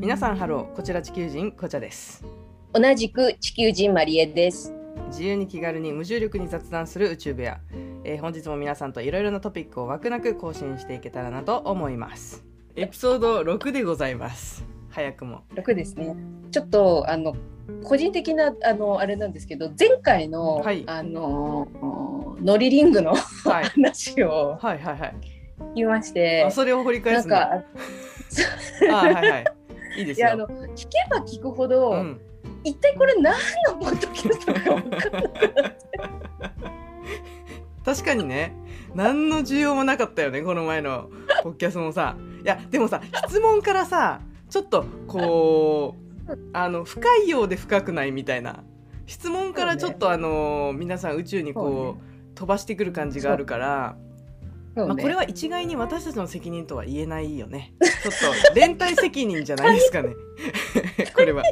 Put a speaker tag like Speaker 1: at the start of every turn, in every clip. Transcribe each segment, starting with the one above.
Speaker 1: 皆さんハローこちら地球人こちらです
Speaker 2: 同じく地球人マリエです。
Speaker 1: 自由に気軽に無重力に雑談する宇宙部屋、えー本日も皆さんといろいろなトピックを枠なく更新していけたらなと思いますエピソード6でございます早く も
Speaker 2: 楽ですね。ちょっとあの個人的なあのあれなんですけど、前回の、
Speaker 1: はい
Speaker 2: あのノリリングの
Speaker 1: はい
Speaker 2: 話を
Speaker 1: はいはいはい
Speaker 2: 言いまして
Speaker 1: あ、それを掘り返
Speaker 2: なん
Speaker 1: すのあ
Speaker 2: か
Speaker 1: はいはいいいで
Speaker 2: い
Speaker 1: すよ
Speaker 2: やあの聞けば聞くほど、
Speaker 1: うん、
Speaker 2: 一体これ何のポッドキャストかわかんない。
Speaker 1: 確かにね何の需要もなかったよねこの前のポッキャスもさいやでもさ質問からさちょっとこうあの深いようで深くないみたいな質問からちょっと、あの皆さん宇宙にこう飛ばしてくる感じがあるから、
Speaker 2: そうね
Speaker 1: まあ、これは一概に私たちの責任とは言えないよねちょっと連帯責任じゃないですかね これは。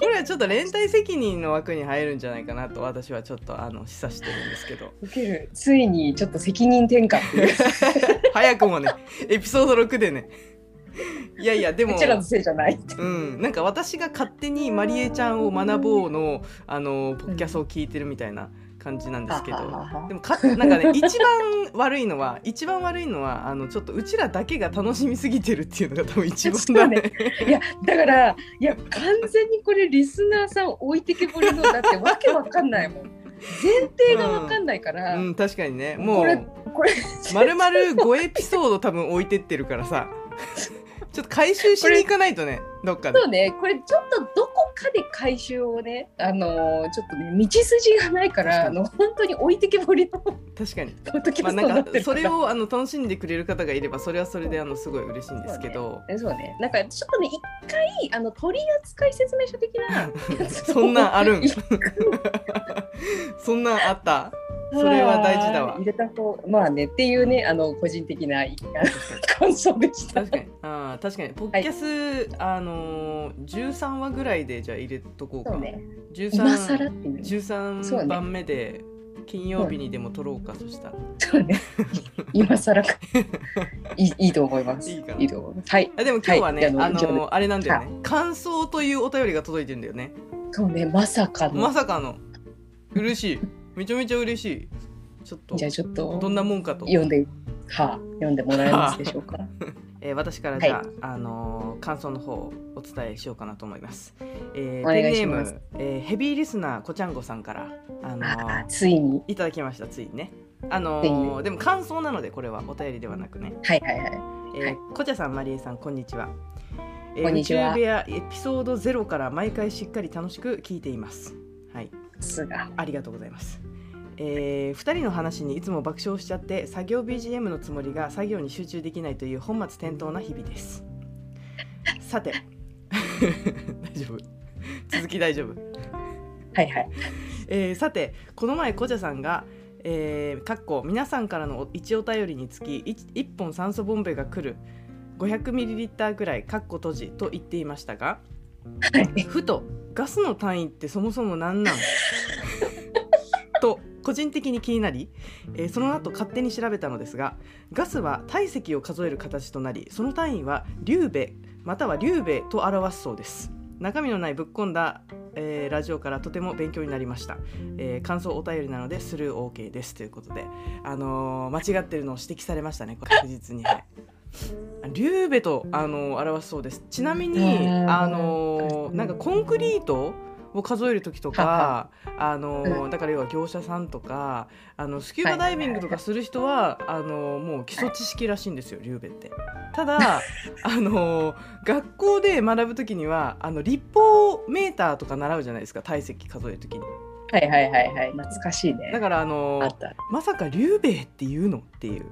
Speaker 1: これはちょっと連帯責任の枠に入るんじゃないかなと私はちょっとあの示唆してるんですけど
Speaker 2: 受けるついにちょっと責任転換っていう
Speaker 1: 早くもねエピソード6でねいやいやでも
Speaker 2: うちらのせいじゃないって
Speaker 1: うん、なんか私が勝手にまりえちゃんを学ぼうのあのポッキャスを聞いてるみたいな感じなんですけど、
Speaker 2: あははは
Speaker 1: でもかなんかね一番悪いのは一番悪いのはあのちょっとうちらだけが楽しみすぎてるっていうのが多分一番だね。
Speaker 2: いやだからいや完全にこれリスナーさん置いてけぼりのだってわけわかんないもん前提がわかんないから、
Speaker 1: うん、確かにねも
Speaker 2: これ
Speaker 1: う
Speaker 2: これ
Speaker 1: まるまる5エピソード多分置いてってるからさちょっと回収しに行かないとねどっかで
Speaker 2: そうねこれちょっとどこかで回収をねあのーちょっとね道筋がないからあの本当に置いてけぼりのポ
Speaker 1: 確かに
Speaker 2: ッドキャ
Speaker 1: まあ、
Speaker 2: ス
Speaker 1: な
Speaker 2: トになんっ
Speaker 1: か
Speaker 2: てるか
Speaker 1: そ
Speaker 2: ら、
Speaker 1: れをあの楽しんでくれる方がいればそれはそれであのすごい嬉しいんですけど、
Speaker 2: えそうねなんかちょっとね一回あの取扱説明書的 な
Speaker 1: そんなんあるん
Speaker 2: 一
Speaker 1: そんなんあったそれは大事だわ
Speaker 2: 入れた方まあねっていうねあの個人的なあの感想でした
Speaker 1: 確かにあー確かにポッキャス、あのー、13話ぐらいでじゃあ入れとこうか
Speaker 2: そうね今更っ
Speaker 1: 13,
Speaker 2: ていうねそう
Speaker 1: 13
Speaker 2: ね
Speaker 1: 番目で金曜日にでも撮ろうかそしたら
Speaker 2: そう ね今更かいいいいと思います
Speaker 1: いいかない
Speaker 2: と思いますはい
Speaker 1: あでも今日はね、
Speaker 2: はい
Speaker 1: あ
Speaker 2: あ
Speaker 1: のー
Speaker 2: の
Speaker 1: あれなんだよね感想というお便りが届いてんだよね
Speaker 2: そうねまさかの、
Speaker 1: まさかの嬉しいめちゃめちゃ嬉しいちょっと
Speaker 2: じゃあちょっと
Speaker 1: どんなもんかと
Speaker 2: 読んではあ、読んでもらえますでしょうか
Speaker 1: えー私からじゃあ、
Speaker 2: はい
Speaker 1: あのー感想の方をお伝えしようかなと思います。えー、
Speaker 2: お願い
Speaker 1: ペンネー
Speaker 2: します
Speaker 1: ム、えーヘビーリスナーこちゃんこさんから、あ の
Speaker 2: あ
Speaker 1: ー
Speaker 2: ついに
Speaker 1: いただきましたついにね。あの
Speaker 2: つい
Speaker 1: ー
Speaker 2: に
Speaker 1: でも感想なのでこれはお便りではなくね。
Speaker 2: はいはいはい
Speaker 1: えー
Speaker 2: はい
Speaker 1: こちゃさんまりえさんこんにちは。えー
Speaker 2: こんにち
Speaker 1: 宇
Speaker 2: は
Speaker 1: 宙部屋エピソードゼロから毎回しっかり楽しく聞いています。はい。
Speaker 2: すが
Speaker 1: ありがとうございます。え2人の話にいつも爆笑しちゃって作業 BGM のつもりが作業に集中できないという本末転倒な日々ですさて 大丈夫続き大丈夫、
Speaker 2: はいはい
Speaker 1: えーさてこの前こじゃさんが「えー、かっこ皆さんからの一お便りにつき 1, 本酸素ボンベが来る 500ml ぐらいかっこ閉じ」と言っていましたが
Speaker 2: はい
Speaker 1: ふとガスの単位ってそもそも何 なんと個人的に気になり、えーその後勝手に調べたのですがガスは体積を数える形となりその単位は粒米または粒米と表すそうです中身のないぶっ込んだ、えーラジオからとても勉強になりました、えー感想お便りなのでスルー OK ですということで、あのー間違ってるのを指摘されましたねこれ確実に、はい、竜ベと、あのー表すそうですちなみに、
Speaker 2: うん
Speaker 1: あのーなんかコンクリートを数える時とか、あのーだから要は業者さんとかあのスキューバダイビングとかする人は、あのーもう基礎知識らしいんですよ竜ベって。た だあのー学校で学ぶ時にはあの立方メーターとか習うじゃないですか体積数える時に。
Speaker 2: はいはいはいはい懐かしい
Speaker 1: だ
Speaker 2: ね
Speaker 1: からあのー
Speaker 2: あった
Speaker 1: まさか竜兵衛っていうのっていう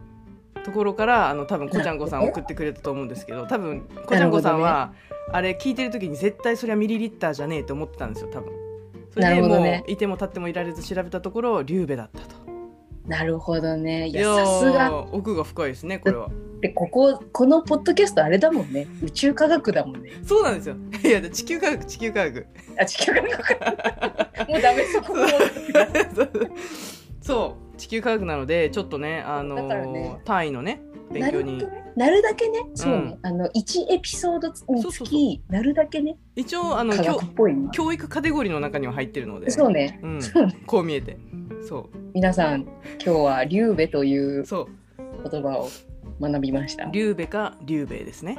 Speaker 1: ところからあの多分こちゃんこさん送ってくれたと思うんですけど多分こちゃんこさんは、あれ聞いてる時に絶対それはミリリッターじゃねえと思ってたんですよ多分それ
Speaker 2: な
Speaker 1: で
Speaker 2: るほ
Speaker 1: もう、
Speaker 2: どね
Speaker 1: いても立ってもいられず調べたところ竜兵衛だったと
Speaker 2: なるほどねいや
Speaker 1: いやー
Speaker 2: さすが
Speaker 1: 奥が深いですねこ れは
Speaker 2: でこここのポッドキャストあれだもんね宇宙科学だもんね
Speaker 1: そうなんですよ いや地球科学地球科 学
Speaker 2: あ地球科学 もうダメそこもう
Speaker 1: そう地球科学なのでちょっとねあのー
Speaker 2: だからね
Speaker 1: 単位のね勉強に
Speaker 2: なるべくねなるだけね、そうね、あの1エピソードに
Speaker 1: そう
Speaker 2: つ
Speaker 1: そう
Speaker 2: き、なるだけね、
Speaker 1: 一応あの
Speaker 2: 科
Speaker 1: 教
Speaker 2: 学っぽいのは
Speaker 1: 教育カテゴリーの中には入ってるので
Speaker 2: そうね、
Speaker 1: うん、
Speaker 2: そうね
Speaker 1: こう見えてそ
Speaker 2: 皆さん、今日はリュウベという
Speaker 1: うそう
Speaker 2: 言葉を学びました。
Speaker 1: 劉備か劉備ですね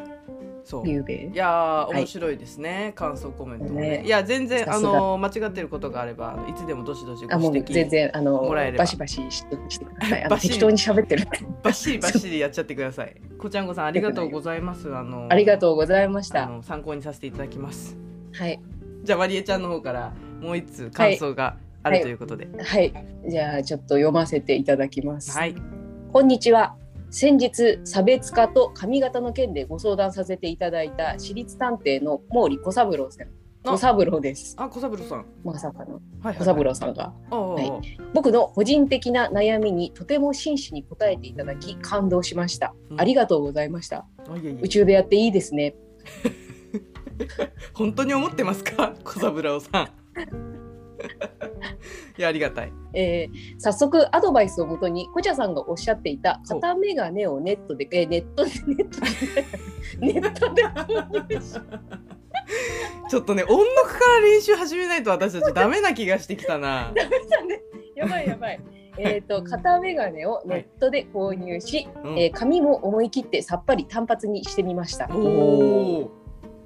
Speaker 1: そう
Speaker 2: リュウベ
Speaker 1: い。やー
Speaker 2: い
Speaker 1: 面白いですね、感想コメントもね
Speaker 2: ね
Speaker 1: いや全然
Speaker 2: さ
Speaker 1: あ
Speaker 2: すが
Speaker 1: の間違ってることがあればいつでもどしどしご
Speaker 2: あもう
Speaker 1: 指摘
Speaker 2: 全然あの
Speaker 1: もらえれば
Speaker 2: バシバシしとしてください。あ
Speaker 1: バ
Speaker 2: の
Speaker 1: シ
Speaker 2: 適当に喋ってる。
Speaker 1: バッシ リバッシリやっちゃってくださいこちゃんこさんありがとうございますあの
Speaker 2: ありがとうございまし
Speaker 1: あ
Speaker 2: た。
Speaker 1: の参考にさせていただきます
Speaker 2: はい
Speaker 1: じゃあまりえちゃんの方からもう一通感想があるということで
Speaker 2: はい。じゃあちょっと読ませていただきます。
Speaker 1: はい、
Speaker 2: こんにちは。先日差別化と髪型の件でご相談させていただいた私立探偵の毛利小三郎さん。
Speaker 1: あ
Speaker 2: 小三郎です。
Speaker 1: あ小三郎さん
Speaker 2: まさか
Speaker 1: はい
Speaker 2: の
Speaker 1: はい、はい、
Speaker 2: 小三郎さんが
Speaker 1: ああ、
Speaker 2: はい僕の個人的な悩みにとても真摯に答えていただき感動しました
Speaker 1: う。ん
Speaker 2: ありがとうございました。
Speaker 1: あいやいや
Speaker 2: 宇宙部屋っていいですね。
Speaker 1: 本当に思ってます か小三郎さん いやありがたい
Speaker 2: えー早速アドバイスをもとにこちゃさんがおっしゃっていた
Speaker 1: ほう
Speaker 2: 片眼鏡をネットで、えーネットでネットでネットで購入し
Speaker 1: ちょっとね音読から練習始めないと私たちダメな気がしてきた な
Speaker 2: たねやばいやばいえーと片眼鏡をネットで購入し、
Speaker 1: うん
Speaker 2: えー髪も思い切ってさっぱり単発にしてみました
Speaker 1: お
Speaker 2: す
Speaker 1: お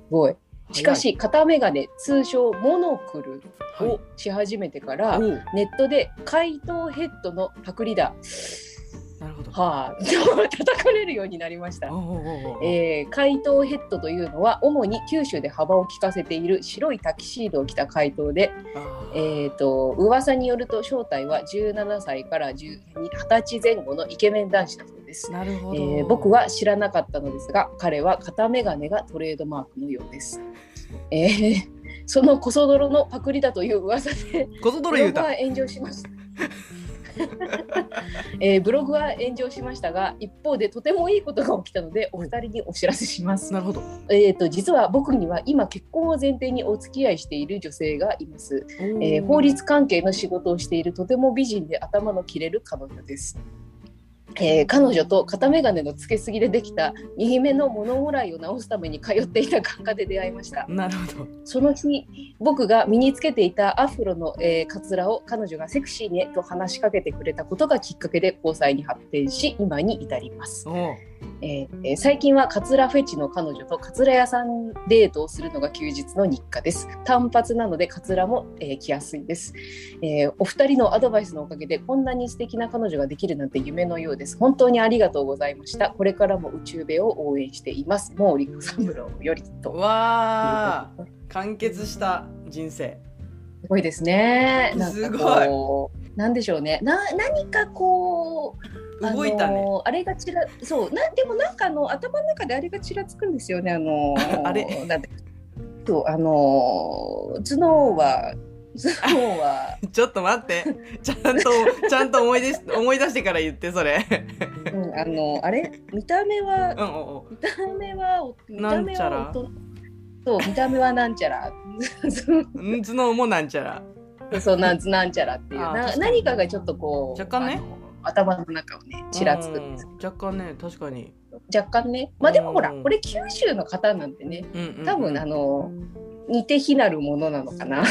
Speaker 2: ごいしかし片眼鏡通称モノクル
Speaker 1: はい
Speaker 2: をし始めてから、
Speaker 1: おー
Speaker 2: ネットで怪盗ヘッドのパクリだ
Speaker 1: なるほど
Speaker 2: はあと叩かれるようになりまし
Speaker 1: お
Speaker 2: た
Speaker 1: ーおーおーおー
Speaker 2: えー怪盗ヘッドというのは主に九州で幅を利かせている白いタキシードを着た怪盗で、
Speaker 1: あー
Speaker 2: えー、と噂によると正体は17歳から10 20歳前後のイケメン男子だそうです、
Speaker 1: なる
Speaker 2: え
Speaker 1: ほど、
Speaker 2: ー僕は知らなかったのですが彼は片眼鏡がトレードマークのようです、えーそのコソ泥のパクリだという噂で
Speaker 1: 小僧ど
Speaker 2: ブ
Speaker 1: れ言
Speaker 2: ロ
Speaker 1: う
Speaker 2: グ
Speaker 1: た
Speaker 2: は炎上しました。 えーブログは炎上しましたが一方でとてもいいことが起きたのでお二人にお知らせします
Speaker 1: な。るほど
Speaker 2: えー、と実は僕には今結婚を前提にお付き合いしている女性がいます、えー法律関係の仕事をしているとても美人で頭の切れる彼女です、えー彼女と片眼鏡のつけすぎでできた右目の物もらいを直すために通っていた眼科で出会いました
Speaker 1: なるほど
Speaker 2: その日僕が身につけていたアフロの、えーカツラを彼女がセクシーねと話しかけてくれたことがきっかけで交際に発展し今に至ります
Speaker 1: おー
Speaker 2: えーえー最近はカツラフェチの彼女とカツラ屋さんデートをするのが休日の日課です単発なのでカツラも、えー着やすいです、えーお二人のアドバイスのおかげでこんなに素敵な彼女ができるなんて夢のようです本当にありがとうございましたこれからも宇宙部を応援しています毛利小三郎より
Speaker 1: う
Speaker 2: と
Speaker 1: わあ完結した人生
Speaker 2: すごいですねなん
Speaker 1: す
Speaker 2: か
Speaker 1: ごい
Speaker 2: こうなんでしょうねな何かこう
Speaker 1: 動いた
Speaker 2: あ
Speaker 1: ね、
Speaker 2: のーあれがちら、そう、な、でもなんかあの頭の中であれがちらつくんですよね。あの ー
Speaker 1: あれ
Speaker 2: なんてそう、あのー頭脳は、頭 脳は、
Speaker 1: ちょっと待 ってちゃんとちゃんと思い出し思い出してから言ってそれ
Speaker 2: うん、あのーあれ、見た目は
Speaker 1: う、んおうおう
Speaker 2: 見た目は、お見た
Speaker 1: なん
Speaker 2: 目
Speaker 1: ちゃ
Speaker 2: は
Speaker 1: ら
Speaker 2: おと、そう、見た目はなんちゃら。 そ
Speaker 1: うん頭脳もなんちゃら
Speaker 2: うそう、なんつ、なんちゃらっていう、
Speaker 1: あー
Speaker 2: な
Speaker 1: 確かに
Speaker 2: 何かがちょっとこう。
Speaker 1: 若干ね
Speaker 2: あのー。頭の中をね、ちらつくんです。
Speaker 1: うん若干ね確かに、
Speaker 2: 若干ね、まあ、でもほら、
Speaker 1: うん
Speaker 2: これ九州の方なんでね。
Speaker 1: うんうんうん
Speaker 2: 多分あの似て非なるものなのかな。
Speaker 1: あ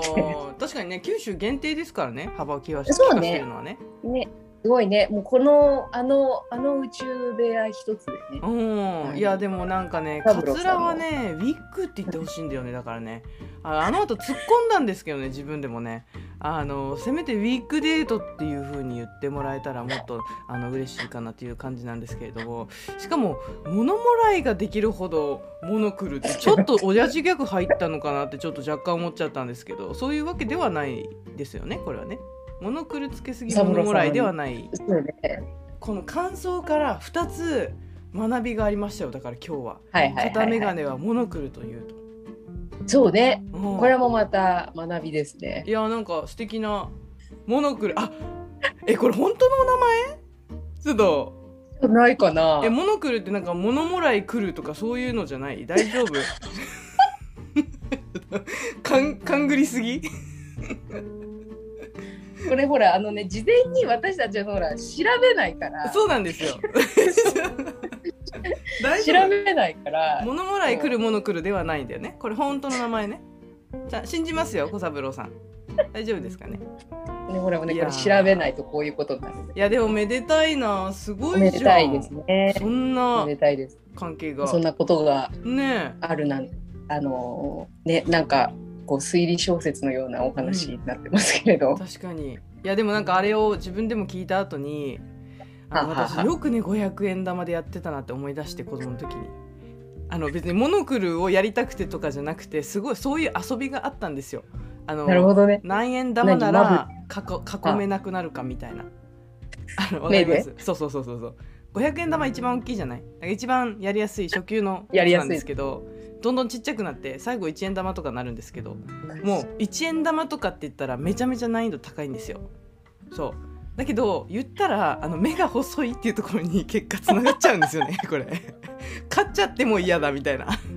Speaker 1: ー確かにね九州限定ですからね幅を利かし
Speaker 2: そうね
Speaker 1: 利かしてるのはね
Speaker 2: ね、すごいね。もうこのあのあの宇宙部屋一つでね。
Speaker 1: うん、
Speaker 2: はい
Speaker 1: い、やでもなんかね
Speaker 2: サ
Speaker 1: カ
Speaker 2: ブロー
Speaker 1: ツ
Speaker 2: さ
Speaker 1: ラ
Speaker 2: んも
Speaker 1: はねウィッグって言ってほしいんだよねだからねああの後突っ込んだんですけどね自分でもねあのせめてウィッグデートっていう風に言ってもらえたらもっとあの嬉しいかなっていう感じなんですけれどもしかも物もらいができるほどモノクルってちょっと親父ギャグ入ったのかなってちょっと若干思っちゃったんですけどそういうわけではないですよねこれはねモノクルつけすぎ
Speaker 2: サブローさ
Speaker 1: 物
Speaker 2: ん
Speaker 1: もらいではない
Speaker 2: そうね。
Speaker 1: この感想から2つ学びがありましたよだから今日は
Speaker 2: はいはい
Speaker 1: 片
Speaker 2: は
Speaker 1: 眼
Speaker 2: い、はい。
Speaker 1: 鏡はモノクルというと、
Speaker 2: そうね。
Speaker 1: うん
Speaker 2: これもまた学びですね
Speaker 1: い。やなんか素敵なモノクルあえこれ本当のお名前ちょっと
Speaker 2: ないかな
Speaker 1: え。モノクルってなんかモノもらい来るとかそういうのじゃない大 丈夫かん勘ぐりすぎ
Speaker 2: これほらあのね事前に私たちはほら調べないから
Speaker 1: そうなんですよ 大
Speaker 2: 調
Speaker 1: 丈夫
Speaker 2: べないから
Speaker 1: 物もらい来るもの来るではないんだよねこれ本当の名前ねじゃあ信じますよ小三郎さん大丈夫ですかね
Speaker 2: ねほらね
Speaker 1: い
Speaker 2: こ
Speaker 1: や
Speaker 2: れ
Speaker 1: ー
Speaker 2: 調べないとこういうことになるんで
Speaker 1: いやでもめでたいなすご
Speaker 2: お
Speaker 1: い
Speaker 2: め
Speaker 1: じゃん
Speaker 2: でたいですね
Speaker 1: そん
Speaker 2: お
Speaker 1: な
Speaker 2: めでたいです
Speaker 1: 関係が
Speaker 2: そんなことが
Speaker 1: ね
Speaker 2: あるなんあのーねなんかこう推理小説のようなお話になってますけれど、
Speaker 1: え確かにいやでもなんかあれを自分でも聞いた後にあの
Speaker 2: ははは
Speaker 1: 私よくね500円玉でやってたなって思い出して子供の時にあの別にモノクルをやりたくてとかじゃなくてすごいそういう遊びがあったんですよあの
Speaker 2: なるほどね
Speaker 1: 何円玉な
Speaker 2: 何
Speaker 1: らかこ囲めなくなるかみたいなあのわかりますそうそうそうそうそう500円玉一番大きいじゃないだから一番やりやすい初級の
Speaker 2: やりやすい
Speaker 1: なんですけどどんどんちっちゃくなって最後1円玉とかなるんですけどもう1円玉とかって言ったらめちゃめちゃ難易度高いんですよそうだけど言ったらあの目が細いっていうところに 結果つながっちゃうんですよね これ勝っちゃっても嫌だみたいな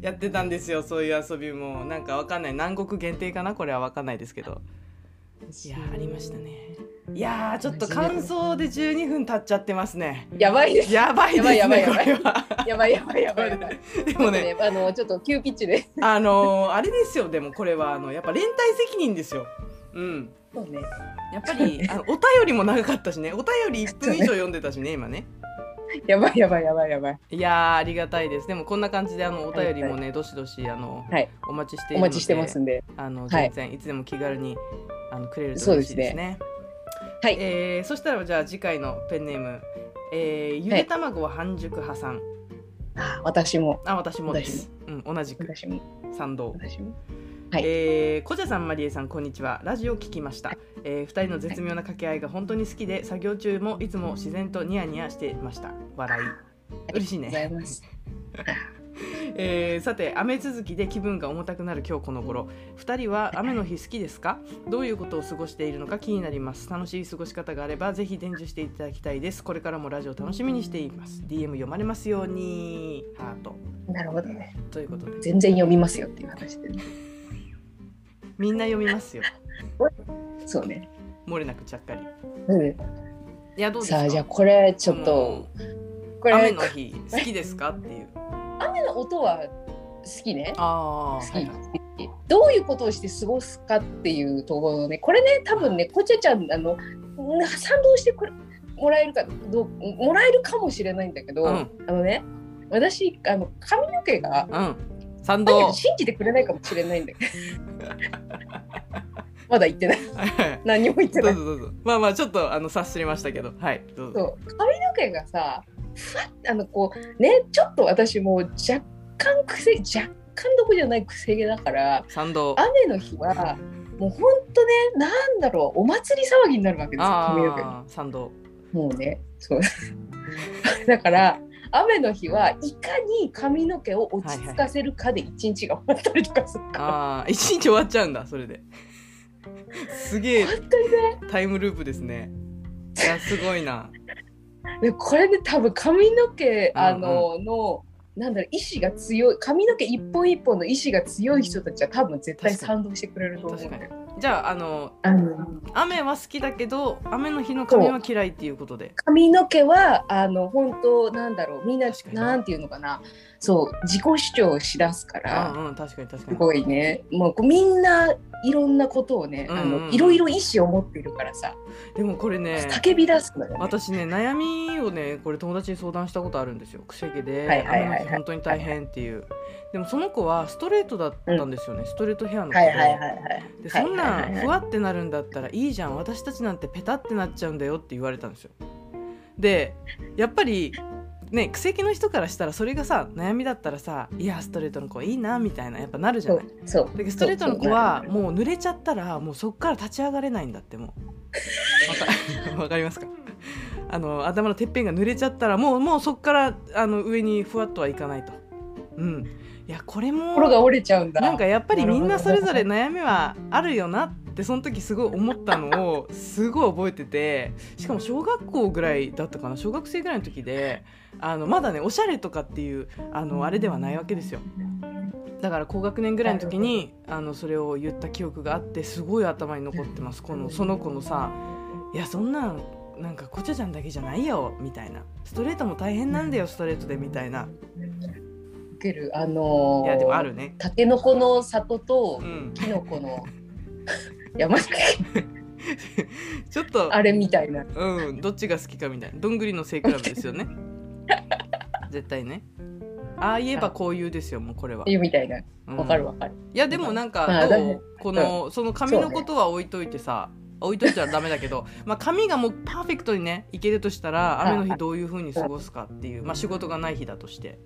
Speaker 1: やってたんですよそういう遊びもなんかわかんない南国限定かなこれはわかんないですけどいやーありましたねいやーちょっと感想で12分経っちゃってますね
Speaker 2: やばいです
Speaker 1: やばいです
Speaker 2: やば
Speaker 1: ね
Speaker 2: いや
Speaker 1: こ
Speaker 2: ばい
Speaker 1: れ
Speaker 2: や
Speaker 1: は
Speaker 2: やばいやばいやばいやばい
Speaker 1: でもね
Speaker 2: ちょっとあのちょっと急ピッチで
Speaker 1: あのーあれですよでもこれはあのやっぱ連帯責任ですようん
Speaker 2: そうね
Speaker 1: やっぱ りあのお便りも長かったしねお便り1分以上読んでたしね今ね
Speaker 2: やばいやばいやばいやばい
Speaker 1: いやーありがたいですでもこんな感じであのお便りもねどしどしあの、
Speaker 2: はい
Speaker 1: お待ちしている
Speaker 2: お
Speaker 1: ので
Speaker 2: 待ちしてますんで
Speaker 1: あの
Speaker 2: はい
Speaker 1: 全然いつでも気軽にあのくれると嬉しいですね
Speaker 2: はい
Speaker 1: えーそしたらじゃあ次回のペンネーム、えーゆで卵は半熟派さん、
Speaker 2: あ私も
Speaker 1: あ私もですうん、同じく
Speaker 2: 私も
Speaker 1: 賛同
Speaker 2: 私もはい
Speaker 1: えー、こじゃさんまりえさんこんにちはラジオ聞きました、えー、2人の絶妙な掛け合いが本当に好きで作業中もいつも自然とニヤニヤしていました笑い嬉しいね
Speaker 2: ありがとうございます
Speaker 1: えーさて雨続きで気分が重たくなる今日この頃2人は雨の日好きですかどういうことを過ごしているのか気になります楽しい過ごし方があればぜひ伝授していただきたいですこれからもラジオ楽しみにしています DM 読まれますようにハート
Speaker 2: なるほどね
Speaker 1: ということで
Speaker 2: 全然読みますよっていう話で、ね、
Speaker 1: みんな読みますよ
Speaker 2: そうね、
Speaker 1: 漏れなくちゃっかり
Speaker 2: うん、
Speaker 1: いやどうですか
Speaker 2: さあじゃあこれちょっとこれ
Speaker 1: 雨の日好きですかっていう
Speaker 2: 雨の音は好きね
Speaker 1: あ
Speaker 2: 好
Speaker 1: あ、
Speaker 2: き、
Speaker 1: はい、
Speaker 2: どういうことをして過ごすかっていうところのねこれね多分ねこちゃちゃんあのうん賛同してくれもらえるかどうもらえるかもしれないんだけど、
Speaker 1: うん
Speaker 2: あのね私あの髪の毛が
Speaker 1: うん賛
Speaker 2: だけど
Speaker 1: 同
Speaker 2: 信じてくれないかもしれないんだけど まだ言ってない何にも言って
Speaker 1: ど
Speaker 2: な
Speaker 1: う
Speaker 2: い
Speaker 1: ぞどうぞまあまあちょっとあの察しれましたけどはいどうぞ
Speaker 2: そう髪の毛がさふわっあのこうねちょっと私もう若干癖若干どこじゃない癖毛だから
Speaker 1: 賛同
Speaker 2: 雨の日はもうほんとねなんだろうお祭り騒ぎになるわけですよ髪の毛が
Speaker 1: ああ賛同
Speaker 2: もうねそう だから雨の日はいかに髪の毛を落ち着かせるかで一日が終わったりとかするから、
Speaker 1: ああ一日終わっちゃうんだそれですげえ
Speaker 2: 本当にね
Speaker 1: タイムループですねいやすごいな
Speaker 2: でこれで多分髪の毛
Speaker 1: うん
Speaker 2: あの、のなんだろう意志が強い髪の毛一本一本の意志が強い人たちは多分絶対
Speaker 1: 確か
Speaker 2: 賛同してくれると思うん
Speaker 1: 確
Speaker 2: だ
Speaker 1: か
Speaker 2: よ。
Speaker 1: じゃああの
Speaker 2: あの
Speaker 1: 雨は好きだけど雨の日の髪は嫌いっていうことで
Speaker 2: 髪の毛はあの本当なんだろうみんな
Speaker 1: 確かに
Speaker 2: なんていうのかなそう自己主張をしだすか
Speaker 1: う
Speaker 2: ら。
Speaker 1: んうん確かに確か
Speaker 2: す
Speaker 1: に
Speaker 2: ごいねもうこうみんないろんなことをね、
Speaker 1: うんうん
Speaker 2: あ
Speaker 1: う
Speaker 2: の
Speaker 1: ん
Speaker 2: いろいろ意思を持っているからさ、
Speaker 1: でもこれね
Speaker 2: 叫び出すのよ、ね、
Speaker 1: 私ね悩みをねこれ友達に相談したことあるんですよ癖毛で、
Speaker 2: はいはいはいは
Speaker 1: 雨の
Speaker 2: い
Speaker 1: 日本当に大変っていう、でもその子はストレートだったんですよね、ストレートヘアの子で,、
Speaker 2: はいはいはいはい
Speaker 1: でそん
Speaker 2: はい
Speaker 1: な
Speaker 2: はいはい
Speaker 1: ふわってなるんだったらいいじゃん私たちなんてペタってなっちゃうんだよって言われたんですよでやっぱりね癖毛の人からしたらそれがさ悩みだったらさいやストレートの子いいなみたいなやっぱなるじゃ
Speaker 2: そ
Speaker 1: ないう
Speaker 2: そう
Speaker 1: だけどストレートの子は
Speaker 2: そう
Speaker 1: もう濡れちゃったらもうそっから立ち上がれないんだってもうわか わかりますかあの頭のてっぺんが濡れちゃったらもうもうそっからあの上にふわっとはいかないとうんいやこれも
Speaker 2: 心が折れちゃうんだ
Speaker 1: なんかやっぱりみんなそれぞれ悩みはあるよなっでその時すごい思ったのをすごい覚えててしかも小学校ぐらいだったかな小学生ぐらいの時であのまだねおしゃれとかっていうあのあれではないわけですよだから高学年ぐらいの時にあのそれを言った記憶があってすごい頭に残ってますこのその子のさ「いやそんなんなんかコチャちゃんだけじゃないよ」みたいな「ストレートも大変なんだよストレートで」みたいな
Speaker 2: 受けるあの
Speaker 1: い
Speaker 2: ー
Speaker 1: やでもあるね
Speaker 2: タケノコの里と
Speaker 1: うん
Speaker 2: キノコの 山
Speaker 1: ちょっと
Speaker 2: あれみたいな
Speaker 1: うん、どっちが好きかみたいな。どんぐりの背比べですよね。絶対ね。ああ言えばこう言うですよ、もうこれは。
Speaker 2: みたいな
Speaker 1: うん
Speaker 2: わかるわかる、
Speaker 1: いや、でもなん
Speaker 2: ま
Speaker 1: か、
Speaker 2: あ
Speaker 1: ど
Speaker 2: だ
Speaker 1: う
Speaker 2: ね
Speaker 1: この、その髪のことは置いといてさ、置いといちゃダメだけど、まあ髪がもうパーフェクトにね、いけるとしたら、雨の日どういう風に過ごすかっていう、まあ仕事がない日だとして。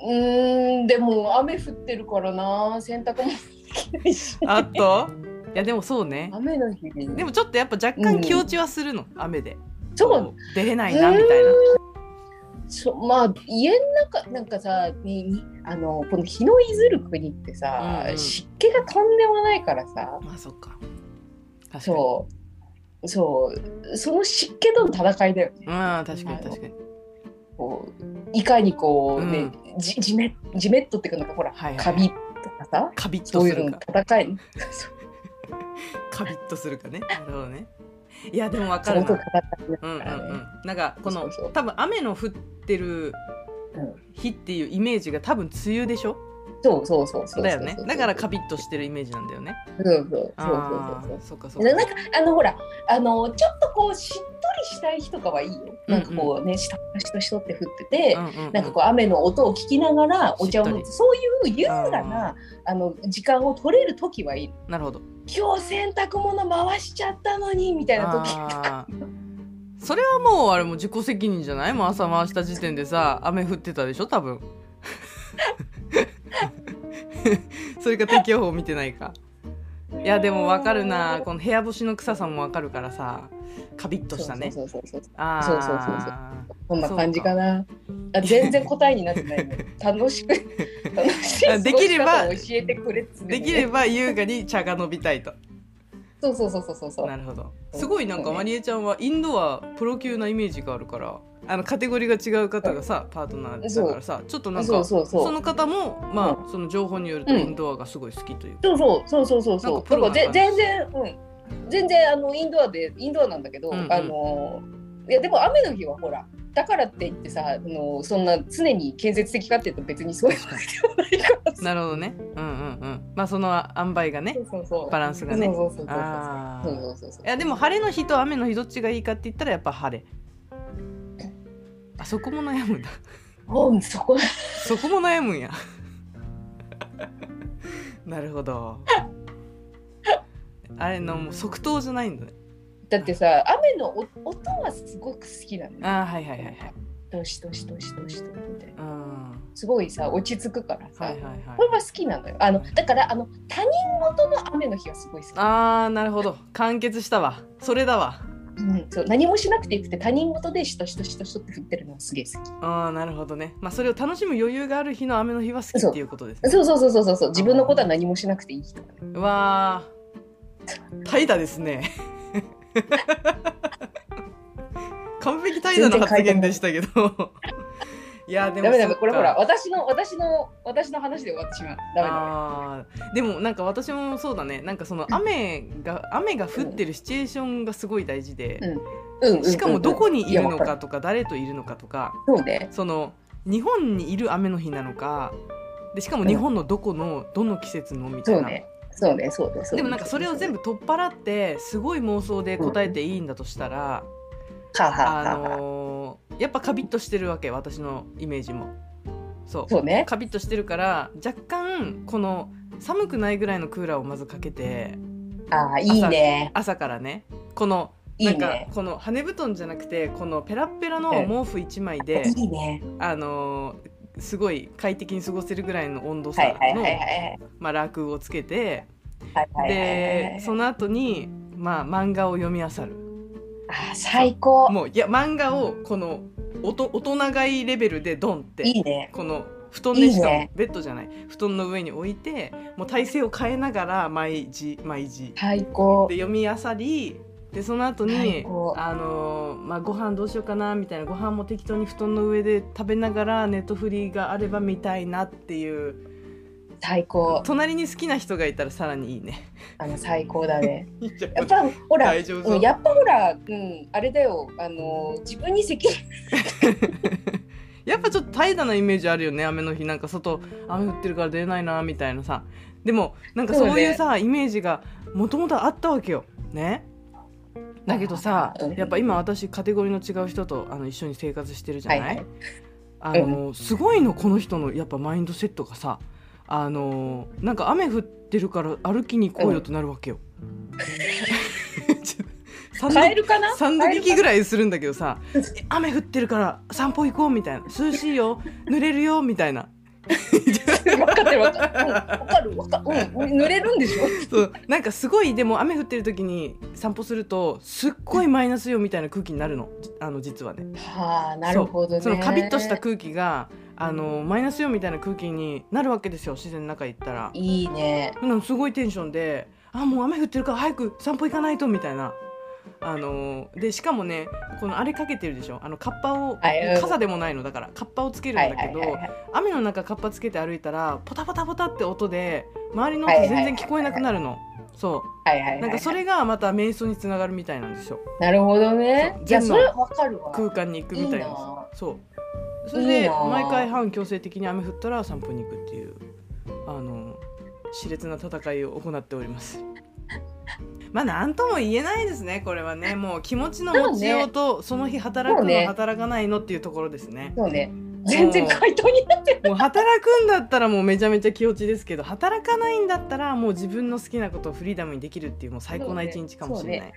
Speaker 2: うーんでも雨降ってるからな洗濯もできないし
Speaker 1: あ と、いや、でもそうね。
Speaker 2: 雨の日に
Speaker 1: でもちょっとやっぱ若干気落ちはするの、雨で。
Speaker 2: そう
Speaker 1: 出れないな、みたいな。
Speaker 2: そうまあ家の中なんかさににあのこの日のいずる国ってさ、
Speaker 1: うんうん
Speaker 2: 湿気がとんでもないからさ
Speaker 1: まあそっか。確かに。
Speaker 2: そうそうその湿気との戦いだよね
Speaker 1: うん、確かに確かに。
Speaker 2: こういかにこうね、じじめじめっとっていうかなんかほら、
Speaker 1: はいはい
Speaker 2: カビとかさ
Speaker 1: カビッと
Speaker 2: そうい
Speaker 1: す
Speaker 2: うの
Speaker 1: る
Speaker 2: の
Speaker 1: か。
Speaker 2: 戦いそう
Speaker 1: カビッとするかね。なるほどね。いやでもわか
Speaker 2: そ
Speaker 1: る
Speaker 2: れと
Speaker 1: な。
Speaker 2: 戦い
Speaker 1: うんうん
Speaker 2: だからね
Speaker 1: うん。なんかこ
Speaker 2: そ
Speaker 1: の
Speaker 2: うそう
Speaker 1: 多分雨の降ってる
Speaker 2: うん
Speaker 1: 日っていうイメージが多分梅雨でしょ。
Speaker 2: そうそうそうそうそうそう
Speaker 1: だよね。だからカビッとしてるイメージなんだよね。
Speaker 2: そうそうそうそう
Speaker 1: あ
Speaker 2: そう
Speaker 1: ーそっかそ
Speaker 2: な
Speaker 1: っ
Speaker 2: なん
Speaker 1: か。
Speaker 2: かあのほらあのちょっとこうしっとりしたい日とかはいいよ。なんかこうね、下からしとしとって降ってて、
Speaker 1: うんうんうん
Speaker 2: なんかこう雨の音を聞きながらお茶を
Speaker 1: しっと
Speaker 2: 飲
Speaker 1: り
Speaker 2: むそういう優雅なあの時間を取れる時はいいの。
Speaker 1: なるほど。
Speaker 2: 今日洗濯物回しちゃったのにみたいな時
Speaker 1: あーそれはもうあれも自己責任じゃないもう朝回した時点でさ雨降ってたでしょ多分 それか天気予報見てないかいやでもわかるなこの部屋干しの臭さもわかるからさカビッとしたね
Speaker 2: そうそうそうそう
Speaker 1: ああ
Speaker 2: そうそうそうこんな感じかな。あ全然答えになってない ね。楽しく楽しい過ご
Speaker 1: でき
Speaker 2: し
Speaker 1: れば
Speaker 2: 方を教えてくれっつってね
Speaker 1: できれば優雅に茶が飲みたいと
Speaker 2: そうそうそうそうそうそう
Speaker 1: なるほどすごいなんかまりえちゃんはインドアプロ級なイメージがあるからあのカテゴリーが違う方がさパートナーだからさちょっとなんか
Speaker 2: そうそうそう
Speaker 1: その方も、まあ、その情報によると、インドアがすごい好きという。
Speaker 2: そうそうそうそうそう
Speaker 1: なん
Speaker 2: そ
Speaker 1: か
Speaker 2: う。
Speaker 1: プ
Speaker 2: だ
Speaker 1: ロ
Speaker 2: か
Speaker 1: な
Speaker 2: ら
Speaker 1: 感じ
Speaker 2: ぜ全然うん全然あのインドアでインドアなんだけど、
Speaker 1: うんうん
Speaker 2: あのいやでも雨の日はほらだからって言ってさあのそんな常に建設的かっていうと別にそういうわけではないからさ。
Speaker 1: なるほどね。うんうんうん。まあ、その塩梅がね
Speaker 2: そ、うそうそう。
Speaker 1: バランスが
Speaker 2: そう
Speaker 1: ね。
Speaker 2: そうそうそう
Speaker 1: あ
Speaker 2: そう
Speaker 1: ー
Speaker 2: そうそうそう
Speaker 1: いや、でも、晴れの日と雨の日、どっちがいいかって言ったら、やっぱ晴れ。あそこも悩むんだ。
Speaker 2: うんそこ
Speaker 1: そこも悩むんや。 なるほど。あれの、もう即答じゃないんだね。
Speaker 2: だってさ雨のお音はすごく好きなのよ。
Speaker 1: ああ、はいはいはいはい。
Speaker 2: どしどしどしどしどしみたいな。
Speaker 1: うん。は
Speaker 2: すごいさ落ち着くから
Speaker 1: い
Speaker 2: さ。
Speaker 1: はいはい
Speaker 2: こ。れは好きなのよ。あのだからあの他人事の雨の日はすごい好き。
Speaker 1: ああ、なるほど。完結したわ。それだわ。
Speaker 2: うん、そう何もしなくてよくて他人事でしとしとしとしとって振ってるのがすげえ好
Speaker 1: ああなるほどね。まあそれを楽しむ余裕がある日の雨の日は好きっていうことです、
Speaker 2: き
Speaker 1: ね。
Speaker 2: そうそうそうそうそうそう自分のことは何もしなくていい人
Speaker 1: うわあ怠惰ですね。 完璧怠惰な発言でしたけど。いやでも
Speaker 2: ダメダ
Speaker 1: そ
Speaker 2: メ
Speaker 1: っか
Speaker 2: これほら私の私の私の話で終わってしまうダメダ
Speaker 1: あーでもなんか私もそうだねなんかその雨が雨が降ってるシチュエーションがすごい大事で、
Speaker 2: メうんうんうん、うん、
Speaker 1: しかもどこにいるの
Speaker 2: やわ
Speaker 1: かとか誰といるのかとか
Speaker 2: るそうね
Speaker 1: その日本にいる雨の日なのかでしかも日本のどこのどの季節のみた
Speaker 2: そ
Speaker 1: いうな
Speaker 2: ねそうねそうねそうね
Speaker 1: でもなんかそれを全部取っ払ってすごい妄想で答えていいんだとしたら、
Speaker 2: はあはあ
Speaker 1: あ
Speaker 2: はあはあ
Speaker 1: のーやっぱカビッとしてるわけ私のイメージもそう
Speaker 2: そうね
Speaker 1: カビッとしてるから若干この寒くないぐらいのクーラーをまずかけて
Speaker 2: ああいいね
Speaker 1: 朝からねこの
Speaker 2: い
Speaker 1: ないんか
Speaker 2: ね
Speaker 1: この羽根布団じゃなくてこのペラッペラの毛布1枚で、
Speaker 2: いいね
Speaker 1: あのーすごい快適に過ごせるぐらいの温度
Speaker 2: はい
Speaker 1: 差
Speaker 2: はいはいはい
Speaker 1: のまあラークをつけて
Speaker 2: はいはいはいはいは
Speaker 1: で
Speaker 2: い
Speaker 1: その後にまあ漫画を読み漁る。
Speaker 2: ああ最高
Speaker 1: もういや漫画をこのおと大人買いレベルでドンって
Speaker 2: いいね
Speaker 1: この布団でしかも
Speaker 2: いいね
Speaker 1: ベッドじゃない布団の上に置いてもう体勢を変えながら毎時毎時
Speaker 2: 最高
Speaker 1: で読み漁りでその後
Speaker 2: 最
Speaker 1: に
Speaker 2: 高
Speaker 1: あのーまあご飯どうしようかなみたいなご飯も適当に布団の上で食べながらネットフリーがあれば見たいなっていう
Speaker 2: 最高
Speaker 1: 隣に好きな人がいたらさらにいいね
Speaker 2: あの最高だ ね
Speaker 1: いいじゃん
Speaker 2: やっぱほら
Speaker 1: 大丈夫そう
Speaker 2: うん、やっぱほら、うん、あれだよ、あの自分に責任。
Speaker 1: やっぱちょっと怠惰なイメージあるよね雨の日なんか外雨降ってるから出れないなみたいなさでもなんかそういうさ、イメージがもともとあったわけよねだけどさ
Speaker 2: うん
Speaker 1: やっぱ今私カテゴリーの違う人とあの一緒に生活してるじゃ
Speaker 2: は
Speaker 1: ない、
Speaker 2: いはい。
Speaker 1: あの、すごいのこの人のやっぱマインドセットがさあのなんか雨降ってるから歩きに行こうよとなるわけよ、 ちょサンド
Speaker 2: カエルかな。
Speaker 1: 三度聞きぐ
Speaker 2: い。
Speaker 1: らいするんだけどさ
Speaker 2: う
Speaker 1: 「
Speaker 2: ん
Speaker 1: え雨降ってるから散歩行こう」みたいな「涼しいよ 濡れるよ」みたいな
Speaker 2: 分かってる、分かってる。うんわかる、わかる、うん、濡れるんでしょ
Speaker 1: そうなんかすごいでも雨降ってる時に散歩するとすっごいマイナスよみたいな空気になるのあの実はね。
Speaker 2: はあ、なるほどね。
Speaker 1: そのカビッとした空気があのマイナスよみたいな空気になるわけですよ自然の中行ったら。
Speaker 2: いいね。
Speaker 1: なんかすごいテンションで「あもう雨降ってるから早く散歩行かないと」みたいな。あのーでしかもねこのあれかけてるでしょあのカッパを、
Speaker 2: はいうん
Speaker 1: 傘でもないのだからカッパをつけるん
Speaker 2: はい
Speaker 1: だ
Speaker 2: は
Speaker 1: け
Speaker 2: い
Speaker 1: ど、
Speaker 2: はいはい。
Speaker 1: 雨の中カッパつけて歩いたらポタポタポタって音で周りの
Speaker 2: はい
Speaker 1: 音
Speaker 2: はいはい
Speaker 1: 全然聞こえなくなるの、そ
Speaker 2: はいは
Speaker 1: う
Speaker 2: い。
Speaker 1: なんかそ。れがまた瞑想につながるみたいなんですよ
Speaker 2: なるほどね
Speaker 1: そう。
Speaker 2: い
Speaker 1: 全
Speaker 2: や、
Speaker 1: 部
Speaker 2: それわかるわ。
Speaker 1: 空間に行くみたいなんです
Speaker 2: いいな
Speaker 1: よそうそれ
Speaker 2: いい
Speaker 1: で
Speaker 2: な
Speaker 1: 毎回半強制的に雨降ったら散歩に行くっていうあの熾烈な戦いを行っております まあ何とも言えないですねこれはねもう気持ちの持ちようとその日働く
Speaker 2: そ
Speaker 1: の
Speaker 2: うね
Speaker 1: 働かないのっていうところですね
Speaker 2: そうね。全然回答に なって
Speaker 1: もう働くんだったらもうめちゃめちゃ気落ちですけど働かないんだったらもう自分の好きなことをフリーダムにできるっていうもう最高な一日かもしれない、
Speaker 2: ない。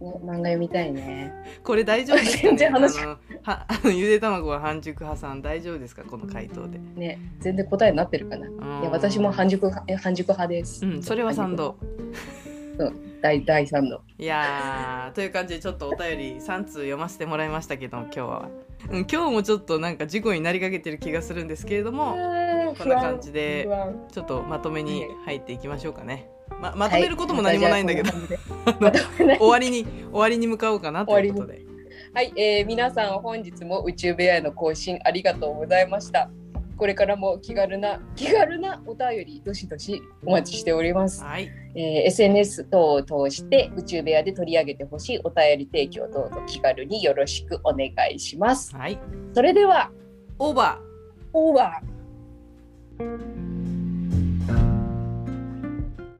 Speaker 2: 漫画読みたいね。
Speaker 1: これ大丈夫ですか、ね、
Speaker 2: 全然話
Speaker 1: あのはあのゆで卵は半熟派さん大丈夫ですかこの回答で
Speaker 2: ね、全然答えになってるかな。い
Speaker 1: い
Speaker 2: や、私も半熟派、半熟派です
Speaker 1: う。んそれは賛同
Speaker 2: 第、第三の。
Speaker 1: いやーという感じでちょっとお便り3通読ませてもらいましたけども今日は、うん、今日もちょっとなんか事故になりかけてる気がするんですけれどもこんな感じで
Speaker 2: 不安。
Speaker 1: ちょっとまとめに入っていきましょうかねまま
Speaker 2: ま
Speaker 1: とめることも何もないんだけど、
Speaker 2: まとめない
Speaker 1: 終わりに終わりに向かおうかなということで
Speaker 2: はい、えー皆さん本日も宇宙部屋への更新ありがとうございました。これからも気軽な気軽なお便りどしどしお待ちしております。
Speaker 1: はい
Speaker 2: えー SNS 等を通して宇宙部屋で取り上げてほしいお便り提供等々気軽によろしくお願いします。
Speaker 1: はい
Speaker 2: それでは
Speaker 1: オーバー
Speaker 2: オーバー。